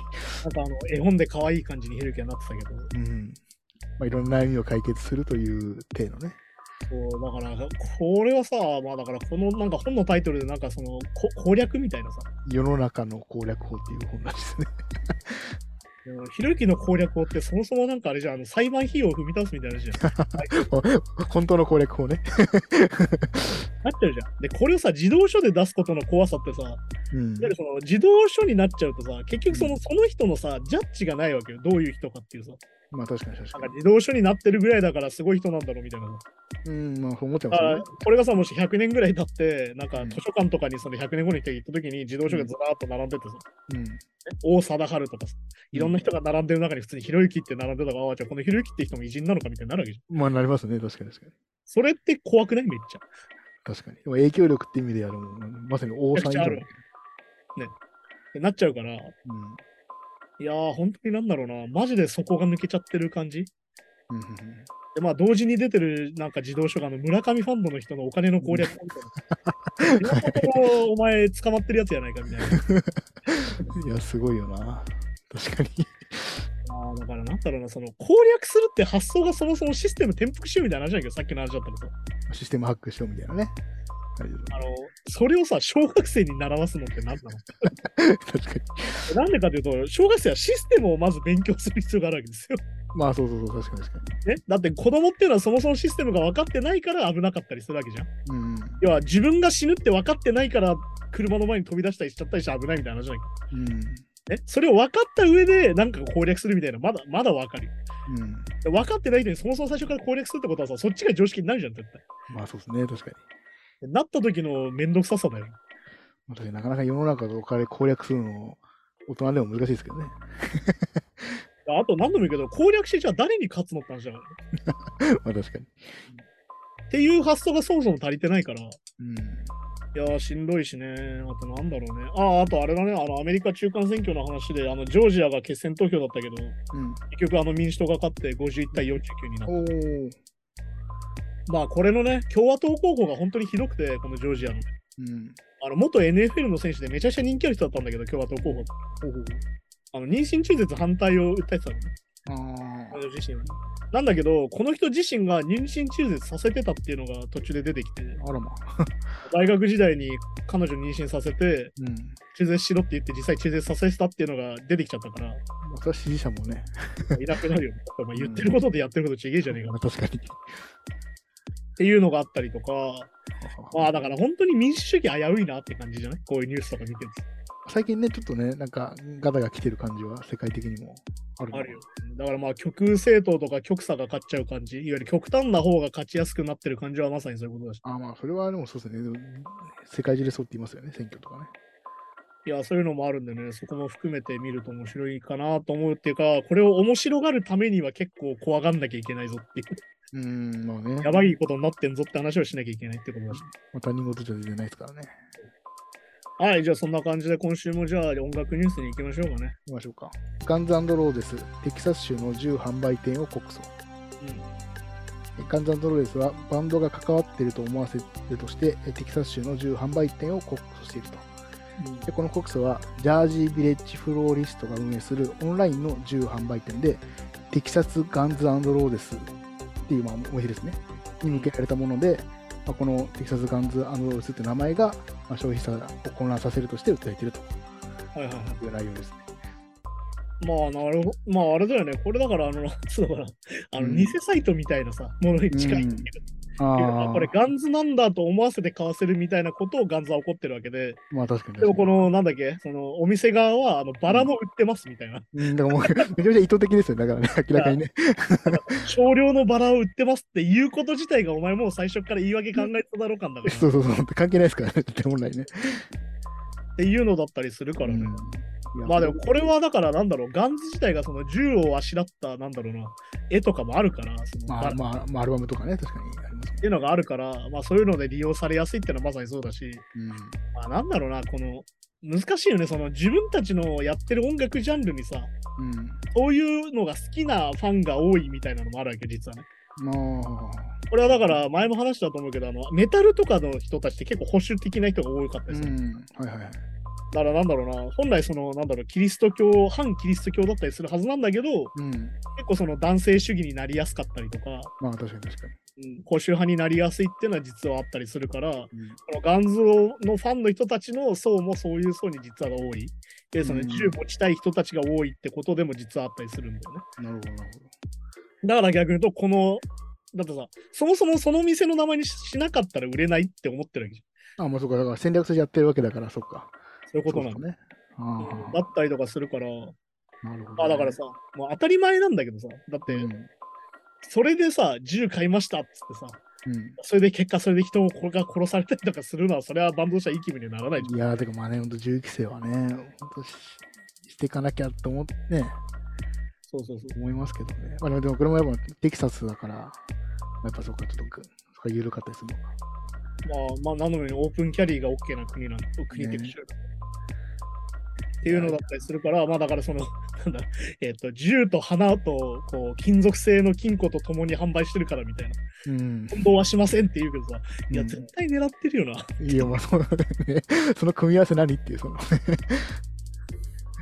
Speaker 2: あの絵本で可愛い感じにひろゆきはなってたけど、
Speaker 3: うん。まあいろんな悩みを解決するという体のね。
Speaker 2: そうだからこれはさまあだからこのなんか本のタイトルでなんかそのこ攻略みたいなさ
Speaker 3: 世の中の攻略法っていう本なんですね。 <laughs>
Speaker 2: うんひろゆきの攻略法ってそもそもなんかあれじゃんあの裁判費用を踏み倒すみたいな話じゃん流
Speaker 3: 本当の攻略法ね。
Speaker 2: 行ってるじゃんでこれをさ児童書で出すことの怖さってさ
Speaker 3: うん
Speaker 2: だ。からその児童書になっちゃうとさ結局そのその人のさジャッジがないわけよどういう人かっていうさ
Speaker 3: まあ確かに確か
Speaker 2: なんか児童書になってるぐらいだからすごい人なんだろうみたいなさ
Speaker 3: に。うん、まあそう思っちゃい
Speaker 2: だ
Speaker 3: ま
Speaker 2: か
Speaker 3: す
Speaker 2: ら
Speaker 3: ね。
Speaker 2: これがさもし100年ぐらい経ってなんか
Speaker 3: うん
Speaker 2: 図書館とかにその100年後に人が行った時に児童書がずらーっと並んでてさ
Speaker 3: うん。
Speaker 2: 王貞治とかさいろんな人が並んでる中に普通にひろゆきって並んでたからああじゃあこのひろゆきって人も偉人なのかみたいになるわけじゃん
Speaker 3: まあなりますね。確かに確かに。
Speaker 2: それって怖くないめっちゃ
Speaker 3: 確かに。でも影響力って意味でやるもんまさに王
Speaker 2: めち
Speaker 3: さ
Speaker 2: ゃく
Speaker 3: ん
Speaker 2: ちゃあるわけねってなっちゃうからい
Speaker 3: うん。
Speaker 2: やー本当になんだろうなマジで底が抜けちゃってる感じ
Speaker 3: うんうん
Speaker 2: でまあ同時に出てるなんか自動書があの村上ファンドの人のお金の攻略みた
Speaker 3: <laughs>
Speaker 2: いな今頃お前捕まってるやつやないかみたいな
Speaker 3: うんいや、すごいよな。確かに。
Speaker 2: あーだからなんだろうな、その攻略するって発想がそもそもシステム転覆しようみたいな話だけど、さっきの話だったのと。
Speaker 3: システムハックしようみたいなね。あれだ
Speaker 2: あの、それをさ、小学生に習わすのって何な
Speaker 3: 確かに。
Speaker 2: のなんでかというと、小学生はシステムをまず勉強する必要があるわけですよ。 <laughs>
Speaker 3: まあそうそうそう、確かに確か
Speaker 2: ね、だって子供っていうのはそもそもシステムが分かってないから危なかったりするわけじゃん。
Speaker 3: に。うん。
Speaker 2: 要は自分が死ぬって分かってないから、車の前に飛び出したりしちゃったりして危ないみたいな話じゃん。
Speaker 3: うん。
Speaker 2: ね、それを分かった上で、なんか攻略するみたいな、まだ、まだ分かるよ。
Speaker 3: うん。
Speaker 2: で分かってない人にそもそも最初から攻略するってことはさ、そっちが常識になるじゃん、絶対。
Speaker 3: まあそうですね、確かに。
Speaker 2: なった時の面倒くささだよ。
Speaker 3: まあ確かになかなか世の中を攻略するの、大人でも難しいですけどね。
Speaker 2: あと何度も言うけど、攻略してじゃあ誰に勝つのって話だからね。
Speaker 3: まあ確かに。
Speaker 2: っていう発想がそもそも足りてないから、い
Speaker 3: うん。
Speaker 2: やーしんどいしね。あとなんだろうね。ああ、あとあれだね、あのアメリカ中間選挙の話で、あのジョージアが決選投票だったけど、
Speaker 3: うん。
Speaker 2: 結局あの民主党が勝って51対49になった。
Speaker 3: おー。
Speaker 2: まあこれのね、共和党候補が本当にひどくて、このジョージアの。
Speaker 3: うん。
Speaker 2: あの元 NFL の選手でめちゃくちゃ人気ある人だったんだけど、共和党候補。あの妊娠中絶反対を訴えてたのね、
Speaker 3: あ
Speaker 2: 彼女自身はね。なんだけど、この人自身が妊娠中絶させてたっていうのが途中で出てきて、
Speaker 3: あ。あらま。
Speaker 2: 大学時代に彼女に妊娠させて
Speaker 3: うん。
Speaker 2: 中絶しろって言って実際中絶させてたっていうのが出てきちゃったから
Speaker 3: まあそれは支持者もね。
Speaker 2: いなくなる <laughs> よ、ね、お前言ってることでやってることちげえじゃねえか
Speaker 3: まあ確かに。
Speaker 2: っていうのがあったりとかまあだから本当に民主主義危ういなって感じじゃないこういうニュースとか見てる
Speaker 3: 最近ね、ちょっとね、なんか、ガタが来てる感じは、世界的にもある
Speaker 2: とあ
Speaker 3: な
Speaker 2: るよ。ねだからまあ極右政党とか極左が勝っちゃう感じいわゆる極端な方が勝ちやすくなってる感じはまさにそういうことだし
Speaker 3: あまあ、それはでもそうですね。でも世界中でそうって言いますよね、選挙とかね。
Speaker 2: いやそういうのもあるんでねそこも含めて見ると面白いかなと思うっていうかこれを面白がるためには結構怖がんなきゃいけないぞっていう
Speaker 3: うーん、まあね。
Speaker 2: やばいことになってんぞって話をしなきゃいけないってことだし。
Speaker 3: まあ、他人事じゃ全然ないですからね。
Speaker 2: はい、じゃあそんな感じで今週もじゃあ音楽ニュースに行きましょうかね。
Speaker 3: 行きましょうか。ガンズローゼス、テキサス州の銃販売店を告訴。ガンズローゼスはバンドが関わっていると思わせるとして、えテキサス州の銃販売店を告訴していると。でこの告訴は、ジャージービレッジフローリストが運営するオンラインの銃販売店で、テキサスガンズローゼスっていうまあお店ですね、に向けられたもので、まあ、このテキサスガンズローゼスって名前が、まあ、消費者を混乱させるとして訴えていると
Speaker 2: はいはいはい。
Speaker 3: いう内容ですね。
Speaker 2: まあ、なるほど。まあ、あれだよね。これだから、あの、 <laughs> なんつうのかな。あの、
Speaker 3: うん
Speaker 2: 偽サイトみたいなさ、ものに近いっていうっていうか。
Speaker 3: ー
Speaker 2: これ、ガンズなんだと思わせて買わせるみたいなことをガンズは怒ってるわけで、
Speaker 3: まあ確かに確かに。
Speaker 2: でもこの、なんだっけ、その、お店側は、あの、バラも売ってますみたいな。
Speaker 3: うん、だからもう、め <laughs> ちゃめちゃ意図的ですよね、だからね、明らかにね。
Speaker 2: 少量のバラを売ってますっていうこと自体が、お前もう最初から言い訳考えてただろうかんだから。
Speaker 3: そうそうそう、関係ないですからね、本来ね。
Speaker 2: っていうのだったりするからね。
Speaker 3: うん
Speaker 2: まあでもこれ、はだからなんだろう、ガンズ自体がその銃をあしらったなんだろうな、絵とかもあるから、そのバ
Speaker 3: まあ
Speaker 2: ラっ
Speaker 3: まあ、まあ、アルバムとかね、確かにあります
Speaker 2: ていうのがあるから、まあそういうので利用されやすいってのはまさにそうだし、
Speaker 3: もんね。
Speaker 2: まあなんだろうな、この、難しいよね、その自分たちのやってる音楽ジャンルにさ、
Speaker 3: うん。
Speaker 2: そういうのが好きなファンが多いみたいなのもあるわけ、実はね。
Speaker 3: うん。まあ、
Speaker 2: これはだから前も話したと思うけど、あのメタルとかの人たちって結構保守的な人が多かった
Speaker 3: う
Speaker 2: りする。
Speaker 3: ん。はいはいはい。
Speaker 2: だからなんだろうな、本来その、なんだろう、キリスト教、反キリスト教だったりするはずなんだけど、
Speaker 3: うん。
Speaker 2: 結構その男性主義になりやすかったりとか、
Speaker 3: まあ確かに確かに。
Speaker 2: うん、保守派になりやすいっていうのは実はあったりするから、こ
Speaker 3: うん
Speaker 2: のガンズのファンの人たちの層もそういう層に実は多い。で、その
Speaker 3: うん
Speaker 2: 銃持ちたい人たちが多いってことでも実はあったりするんだよね。
Speaker 3: なるほど、なるほど。
Speaker 2: だから逆に言うと、この、だってさ、そもそもその店の名前にししなかったら売れないって思ってるわけじ
Speaker 3: あ、まあそっか、だから戦略としてやってるわけだから、そっか。
Speaker 2: ゃん。そういうことな
Speaker 3: そ
Speaker 2: の
Speaker 3: う。だね。あ
Speaker 2: うんだったりとかするから、
Speaker 3: あ、なるほど、
Speaker 2: まあだからさ、もう当たり前なんだけどさ、だっ
Speaker 3: う
Speaker 2: て
Speaker 3: ん、
Speaker 2: それでさ、銃買いましたっつってさ、
Speaker 3: うん
Speaker 2: それで結果それで人をこれが殺されたりとかするのは、それはバンドとしてはいい気分にはならないじ
Speaker 3: いやー、てかまあね、ほんと銃規制はね、ほんとししていかなきゃと思って、ね、
Speaker 2: ゃん。そうそうそう。
Speaker 3: 思いますけどね。まあでも、でもこれもやっぱテキサスだから、やっぱそっか、ちょっとぐ、そっか緩かったりするのか。
Speaker 2: まあ、まあ、なのにオープンキャリーが OK な国なん国っていうか
Speaker 3: ね
Speaker 2: 州っていうのだったりするから、まあだからその、 <laughs> なんだ、えっ、と、銃と花と、こう、金属製の金庫と共に販売してるからみたいな。
Speaker 3: うん。
Speaker 2: 混同はしませんって言うけどさ、いや、
Speaker 3: うん
Speaker 2: 絶対狙ってるよな。 <laughs>
Speaker 3: いや、まあそうだね。 <laughs> その組み合わせ何っていう、そのね。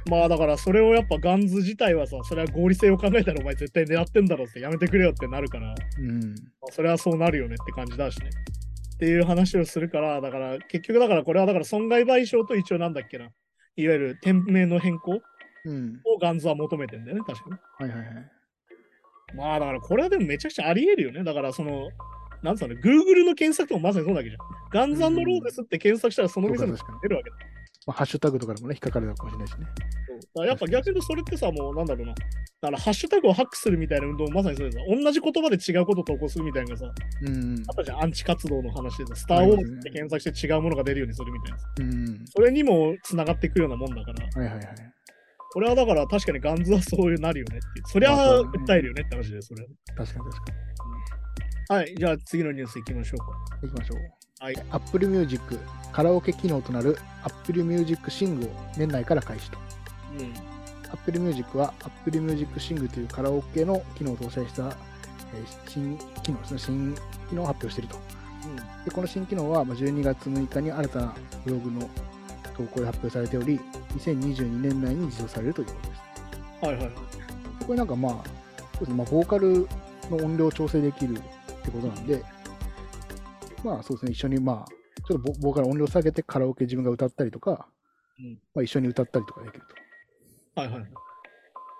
Speaker 2: まあだからそれをやっぱガンズ自体はさ、それは合理性を考えたらお前絶対狙ってんだろうってやめてくれよってなるから、ま
Speaker 3: うん。
Speaker 2: あそれはそうなるよねって感じだしね。っていう話をするから、だから結局だからこれはだから損害賠償と一応なんだっけな。いわゆる店名の変更
Speaker 3: うん。
Speaker 2: をガンズは求めてんだよね、確か
Speaker 3: はいはいはい。
Speaker 2: に。まあだからこれはでもめちゃくちゃあり得るよね。だからその、なんつうの、Google の検索もまさにそうだけじゃん。ガンズローデスって検索したらその
Speaker 3: そ
Speaker 2: 店
Speaker 3: うか、
Speaker 2: も
Speaker 3: 確かに。
Speaker 2: 出るわけだ。
Speaker 3: まあ、ハッシュタグとかでもね、引っかかるのかもしれないしね。
Speaker 2: そうだからやっぱ逆に言うとそれってさ、もうなんだろうな。だからハッシュタグをハックするみたいな運動もまさにそうでさ、同じ言葉で違うことを投稿するみたいなのがさ、
Speaker 3: うん
Speaker 2: あったじゃん、アンチ活動の話でさ、スター・ウォーズって検索して違うものが出るようにするみたいな。
Speaker 3: うん。うん。
Speaker 2: それにも繋がっていくようなもんだから、
Speaker 3: はいはいはい。
Speaker 2: これはだから確かにガンズはそういうなるよねっていう。そりゃ
Speaker 3: まあ
Speaker 2: あ
Speaker 3: そうだね
Speaker 2: 訴えるよねって話で、それは。
Speaker 3: 確かに確か
Speaker 2: はい、じゃあ次のニュースいきましょうか。
Speaker 3: に。行きましょう。
Speaker 2: はい。
Speaker 3: Apple Music カラオケ機能となる Apple Music シングを年内から開始と。
Speaker 2: うん。
Speaker 3: Apple Music は Apple Music シングというカラオケの機能を搭載した、えー新機能ですね、新機能を発表していると。でこの新機能はまあ12月6日に新たなブログの投稿で発表されており、2022年内に実装されるということです。
Speaker 2: はいはいはい。
Speaker 3: これなんかまあ、そうですねまあ、ボーカルの音量を調整できるってことなんで、まあそうですね、一緒にまあ、ちょっとボボーカル音量下げてカラオケ自分が歌ったりとか、
Speaker 2: うん
Speaker 3: まあ一緒に歌ったりとかできると。
Speaker 2: はいはい。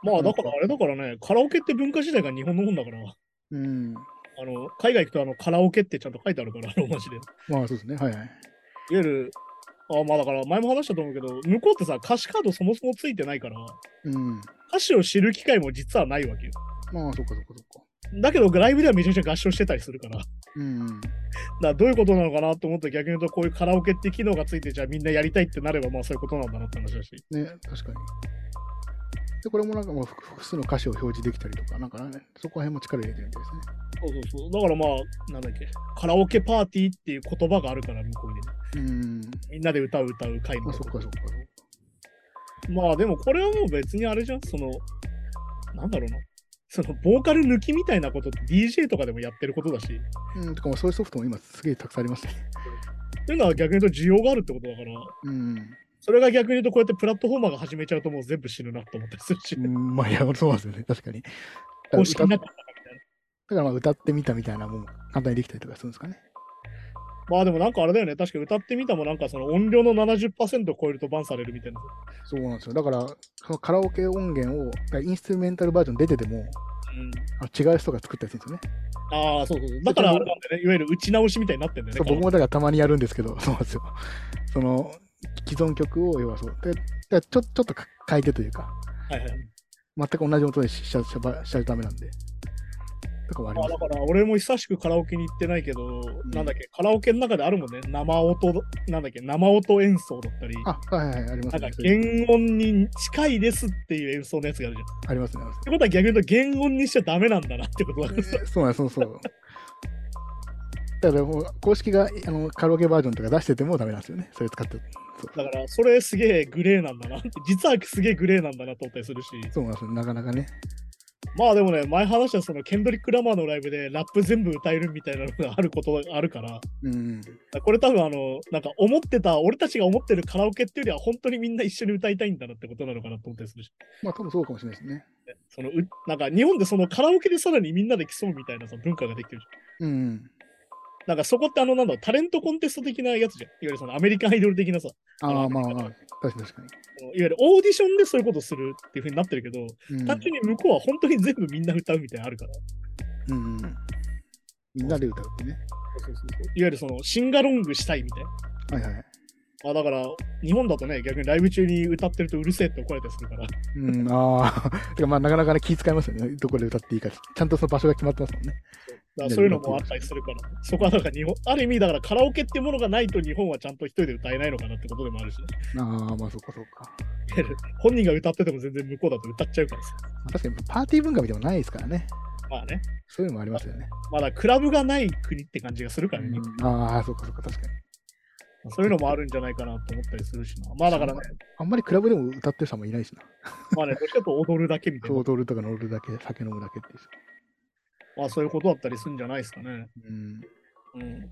Speaker 2: まあだからあれだからね、カラオケって文化自体が日本のもんだから、
Speaker 3: うん。
Speaker 2: あの、海外行くとあのカラオケってちゃんと書いてあるから、ローマ字で。いわ
Speaker 3: まあそうですね、はいはい。
Speaker 2: ゆる、あまあだから前も話したと思うけど、向こうってさ、歌詞カードそもそもついてないから、
Speaker 3: うん。
Speaker 2: 歌詞を知る機会も実はないわけよ。
Speaker 3: まあそっかそっかそっか。
Speaker 2: だけど、ライブではめちゃくちゃ合唱してたりするから、だか
Speaker 3: うん。
Speaker 2: らどういうことなのかなと思って逆に言うと、こういうカラオケって機能がついて、じゃあみんなやりたいってなれば、まあそういうことなんだなって話だし。
Speaker 3: ね、確かに。で、これもなんかもう複複数の歌詞を表示できたりとか、なんかね、そこら辺も力入れてるみたいですね。
Speaker 2: そうそうそう。だからまあ、なんだっけ、カラオケパーティーっていう言葉があるから、向こうにね。
Speaker 3: うん。
Speaker 2: みんなで歌う歌う会
Speaker 3: ま
Speaker 2: の
Speaker 3: あそっかそっか。
Speaker 2: まあでもこれはもう別にあれじゃん、その、なんだろうな。そのボーカル抜きみたいなことって DJ とかでもやってることだし、っ
Speaker 3: うん、とかもうそういうソフトも今すげえたくさんありますね。
Speaker 2: ていうのは逆に言うと需要があるってことだから、
Speaker 3: うん。
Speaker 2: それが逆に言うとこうやってプラットフォーマーが始めちゃうともう全部死ぬなと思ったりするし、
Speaker 3: うん、まあ、いや、そうなんですよね、確かに。
Speaker 2: 公式にな
Speaker 3: だ
Speaker 2: っ
Speaker 3: か
Speaker 2: た
Speaker 3: ら
Speaker 2: みたいな。
Speaker 3: だからまあ歌ってみたみたいなもん、簡単にできたりとかするんですかね。
Speaker 2: まあでもなんかあれだよね、確か歌ってみたもなんかその音量の70%を超えるとバンされるみたいな。
Speaker 3: そうなんですよ。だから、そのカラオケ音源を、だからインストゥルメンタルバージョン出てても、あの違う人が作ったりするんですよね。
Speaker 2: ああ、そうそうそう。だからあれなんだよね、いわゆる打ち直しみたいになってんだ
Speaker 3: そ
Speaker 2: よ
Speaker 3: う
Speaker 2: ね。
Speaker 3: 僕もだからたまにやるんですけど、 <laughs> そうなんですよ。その、既存曲を、要はそう。でだからちょちょっと変えてというか、
Speaker 2: はいはい
Speaker 3: 全く同じ音にししちゃしちゃしちゃダメなんで。とかはあり
Speaker 2: ま
Speaker 3: ま
Speaker 2: あ、
Speaker 3: す
Speaker 2: だから俺も久しくカラオケに行ってないけど、
Speaker 3: ん
Speaker 2: なんだっけ、カラオケの中であるもんね、生音、なんだっけ、生音演奏だったり、
Speaker 3: あ、はいはいはい、ありま
Speaker 2: な
Speaker 3: す
Speaker 2: んか
Speaker 3: ね。
Speaker 2: 原音に近いですっていう演奏のやつがあるじゃん。っ
Speaker 3: ありますね、あります
Speaker 2: てことは逆に言うと原音にしちゃダメなんだなってことだね。
Speaker 3: <laughs> そうなんですそうそう。だからもう公式があのカラオケバージョンとか出しててもダメなんですよね。それ使って。そう
Speaker 2: だからそれすげえグレーなんだなって、実はすげえグレーなんだなと思ったりするし、
Speaker 3: そうなんですよ。なかなかね。
Speaker 2: まあでもね、前話したそのケンドリック・ラマーのライブでラップ全部歌えるみたいなのがあることあるから、
Speaker 3: うん。
Speaker 2: これ多分あの、なんか思ってた、俺たちが思ってるカラオケっていうよりは、本当にみんな一緒に歌いたいんだなってことなのかなと思ったりするし、
Speaker 3: まあ多分そうかもしれないですね。
Speaker 2: そのうなんか日本でそのカラオケでさらにみんなで競うみたいなさ文化ができてるじ
Speaker 3: うん。
Speaker 2: ゃん。なんかそこってあの、なんだろう、タレントコンテスト的なやつじゃん。いわゆるそのアメリカンアイドル的なさ、
Speaker 3: ああ、まあ
Speaker 2: あ
Speaker 3: ま
Speaker 2: の
Speaker 3: あ、確かに確か
Speaker 2: いわゆるオーディションでそういうことするっていう風になってるけど、
Speaker 3: に。うん
Speaker 2: 単純に向こうは本当に全部みんな歌うみたいなのあるから。
Speaker 3: うんうん。みんなで歌うってね。
Speaker 2: いわゆるそのシンガロングしたいみたいな。
Speaker 3: はいはい。
Speaker 2: あだから、日本だとね、逆にライブ中に歌ってるとうるせえって怒られたりするから。
Speaker 3: うん、ああ。 <laughs> てかまあなかなかね気遣いますよね。どこで歌っていいか。ちゃんとその場所が決まってますもんね。
Speaker 2: だからそういうのもあったりするから、そこはなんか日本、ある意味だからカラオケってものがないと日本はちゃんと一人で歌えないのかなってことでもある <laughs> し、ね、
Speaker 3: ああ、まあそうかそうか。
Speaker 2: 本人が歌ってても全然向こうだと歌っちゃうからさ。
Speaker 3: 確かにパーティー文化みたいなのないですからね。
Speaker 2: まあね、
Speaker 3: そういうのもありますよね。
Speaker 2: まだクラブがない国って感じがするからね、
Speaker 3: うんああ、そうかそうか確かに。
Speaker 2: そういうのもあるんじゃないかなと思ったりするしな。まあだ <laughs> からね、
Speaker 3: あんまりクラブでも歌ってる人もいないしな。
Speaker 2: まあね、どっちかというと踊るだけみたいな、
Speaker 3: 踊るとか乗るだけ、酒飲むだけっていう人。
Speaker 2: まあそういうことだったりするんじゃないですかね。
Speaker 3: うん。
Speaker 2: うん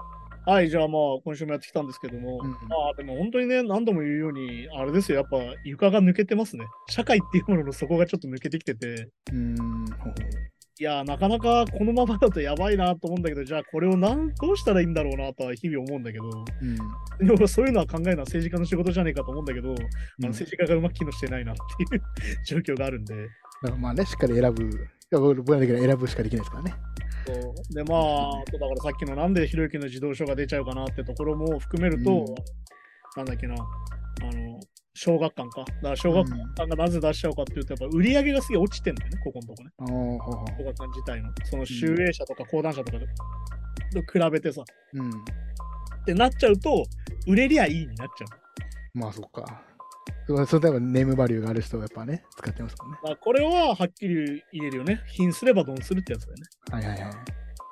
Speaker 2: はい、じゃあまあ、今週もやってきたんですけども、
Speaker 3: うん
Speaker 2: まあでも本当にね、何度も言うように、あれですよ、やっぱ床が抜けてますね。社会っていうものの底がちょっと抜けてきてて、
Speaker 3: うん。ほう
Speaker 2: いやー、なかなかこのままだとやばいなと思うんだけど、じゃあこれをなんどうしたらいいんだろうなとは日々思うんだけど、
Speaker 3: うん。
Speaker 2: でもそういうのは考えるのは政治家の仕事じゃねえかと思うんだけど、あの
Speaker 3: うん
Speaker 2: 政治家がうまく機能してないなっていう <laughs> 状況があるんで。
Speaker 3: だからまあね、しっかり選ぶ。いや僕僕らだけど選ぶしかできないですからね。
Speaker 2: そうでまあ、あとだからさっきのなんでひろゆきの児童書が出ちゃうかなってところも含めると、
Speaker 3: うん
Speaker 2: なんだっけな、あの、小学館か。だから小学館がなぜ出しちゃうかっていうと、やっぱ売り上げがすげえ落ちてんだよね、ここのとこね。
Speaker 3: ああ、ほうほ
Speaker 2: 小学館自体の、その集英社とか講談社とかで、と比べてさ、
Speaker 3: う。うん。
Speaker 2: ってなっちゃうと、売れりゃいいになっちゃう。
Speaker 3: まあそうか。そそれでもネームバリューがある人はやっぱね、使ってますもんね。
Speaker 2: まあ、これははっきり言えるよね。貧すれば損するってやつだよね。
Speaker 3: はいはいは
Speaker 2: い
Speaker 3: い。
Speaker 2: わ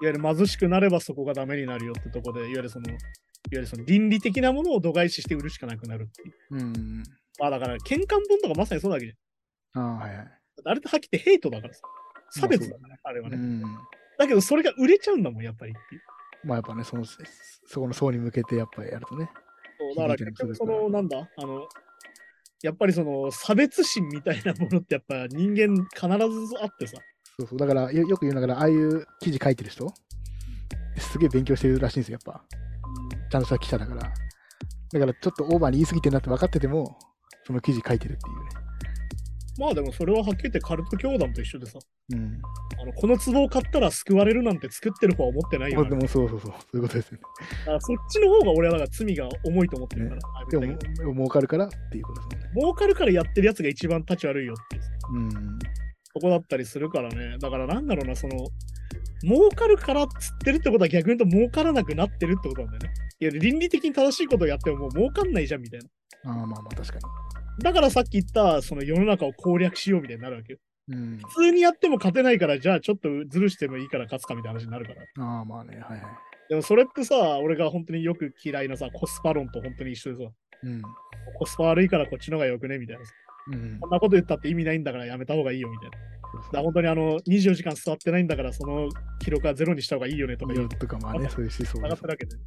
Speaker 2: ゆる貧しくなればそこがダメになるよってとこで、いわゆるその、いわゆるその倫理的なものを度外視して売るしかなくなるっていう。
Speaker 3: うん。
Speaker 2: まあだから、喧嘩本とかまさにそうだけど、
Speaker 3: ああ、はいはい。
Speaker 2: あれってはっきり言ってヘイトだからさ。差別だ
Speaker 3: まあそう
Speaker 2: から、あれは
Speaker 3: う
Speaker 2: ね。
Speaker 3: ん。
Speaker 2: だけど、それが売れちゃうんだもん、やっぱりっていう。
Speaker 3: まあやっぱね、その、そそこの層に向けてやっぱりやるとね。
Speaker 2: そうだから、結局、その、なんだ、あの、やっぱりその差別心みたいなものってやっぱ人間必ずあってさ、
Speaker 3: そうそう。だからよよく言うのが、ああいう記事書いてる人、すげえ勉強してるらしいんですよ、やっぱ。ちゃんとした記者だから。だからちょっとオーバーに言い過ぎてるなって分かってても、その記事書いてるっていうね。
Speaker 2: まあでもそれははっきり言ってカルト教団と一緒でさ、
Speaker 3: うん。
Speaker 2: あのこの壺を買ったら救われるなんて作ってる方は思ってないよ
Speaker 3: 俺
Speaker 2: な
Speaker 3: でもそうそうそう、そういうことですよね。
Speaker 2: だからそっちの方が俺はだから罪が重いと思ってるから、あ
Speaker 3: で
Speaker 2: れだ
Speaker 3: も
Speaker 2: けど、
Speaker 3: 儲かるからっていうことですよね。
Speaker 2: 儲かるからやってるやつが一番立ち悪いよっていう
Speaker 3: うん。
Speaker 2: とこだったりするからねだからなんだろうなその儲かるからっつってるってことは逆に言うと儲からなくなってるってことなんだよねいや倫理的に正しいことをやってももう儲かんないじゃんみたいな
Speaker 3: ああ、まあまあ確か
Speaker 2: だからさっき言ったその世の中を攻略しようみたいになるわけよ
Speaker 3: に。うん。
Speaker 2: 普通にやっても勝てないからじゃあちょっとずるしてもいいから勝つかみたいな話になるから
Speaker 3: ああ、まあね、はいはい。
Speaker 2: でもそれってさ俺が本当によく嫌いなさコスパ論と本当に一緒でさ
Speaker 3: うん。
Speaker 2: コスパ悪いからこっちの方がよくねみたいなさ
Speaker 3: うん
Speaker 2: こんなこと言ったって意味ないんだからやめた方がいいよみたいな。だから本当にあの24時間座ってないんだからその記録はゼロにした方がいいよねとか言う
Speaker 3: 色とかまあね、そういう思想
Speaker 2: 上が
Speaker 3: で
Speaker 2: っ
Speaker 3: す
Speaker 2: てるわけで。っ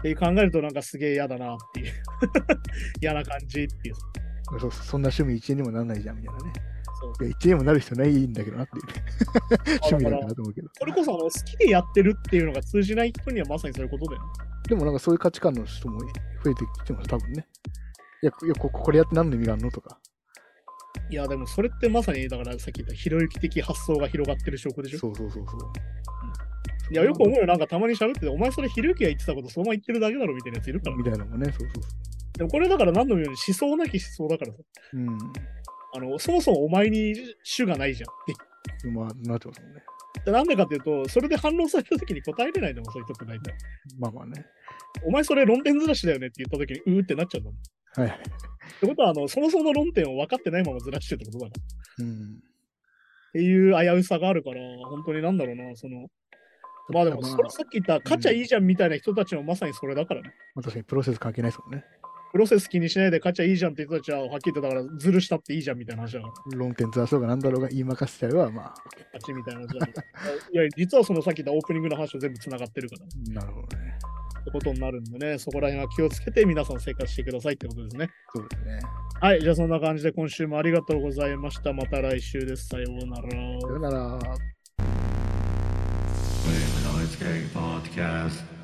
Speaker 2: ていう考えるとなんかすげえ嫌だなっていう。嫌な感じっていう。
Speaker 3: そうそんな趣味一円にもならないじゃんみたいなね。
Speaker 2: そう
Speaker 3: いや一円にもなる人ないんだけどなっていうね。趣味だからと思うけど。
Speaker 2: それこそあの好きでやってるっていうのが通じない人にはまさにそういうことだよね。
Speaker 3: でもなんかそういう価値観の人も増えてきてます、多分ね。いや、いやここれやって何の意味があるのとか。
Speaker 2: いやでもそれってまさにだからさっき言ったひろゆき的発想が広がってる証拠でしょ。
Speaker 3: そうそうそうそう。
Speaker 2: いやよく思うよ。なんかたまに喋ってて、お前それひろゆきが言ってたことそのまま言ってるだけだろみたいなやついるから。
Speaker 3: みたいなのもね、そうそうそ
Speaker 2: でもこれだから何度も言うように思想なき思想だからさ。
Speaker 3: う。うん。
Speaker 2: あのそもそもお前に主がないじゃんって
Speaker 3: まあ、なっちゃうもんね。
Speaker 2: でなんでかっていうと、それで反論された時に答えれないのもんそういう人って大体。
Speaker 3: まあまあね。
Speaker 2: お前それ論点ずらしだよねって言った時にうーってなっちゃうの。っ
Speaker 3: はいはい。
Speaker 2: てことはあの、そもそもの論点を分かってないままずらしてるってことだな。っ
Speaker 3: うん。
Speaker 2: ていう危うさがあるから、本当になんだろうな、その。まあでも、
Speaker 3: まあ
Speaker 2: それさっき言った、勝ちゃいいじゃんみたいな人たちもまさにそれだからね。
Speaker 3: まあ確かにプロセス関係ないですもんね。
Speaker 2: プロセス気にしないで勝ちゃいいじゃんって人たちは、はっきり言ってだから、ずるしたっていいじゃんみたいな話だから、
Speaker 3: 論点ずらそうが何だろうが言い任せちゃえば、まあ、
Speaker 2: 勝ちみたいな話だから。いや、実はそのさっき言ったオープニングの話と全部つながってるから、っ
Speaker 3: なるほどね。
Speaker 2: てことになるんでね、そこら辺は気をつけて皆さん生活してくださいってことですね。
Speaker 3: そうですね。
Speaker 2: はい、じゃあそんな感じで今週もありがとうございました。また来週です。さようなら
Speaker 3: さ。よなら。
Speaker 1: Wave Noise Gang Podcast.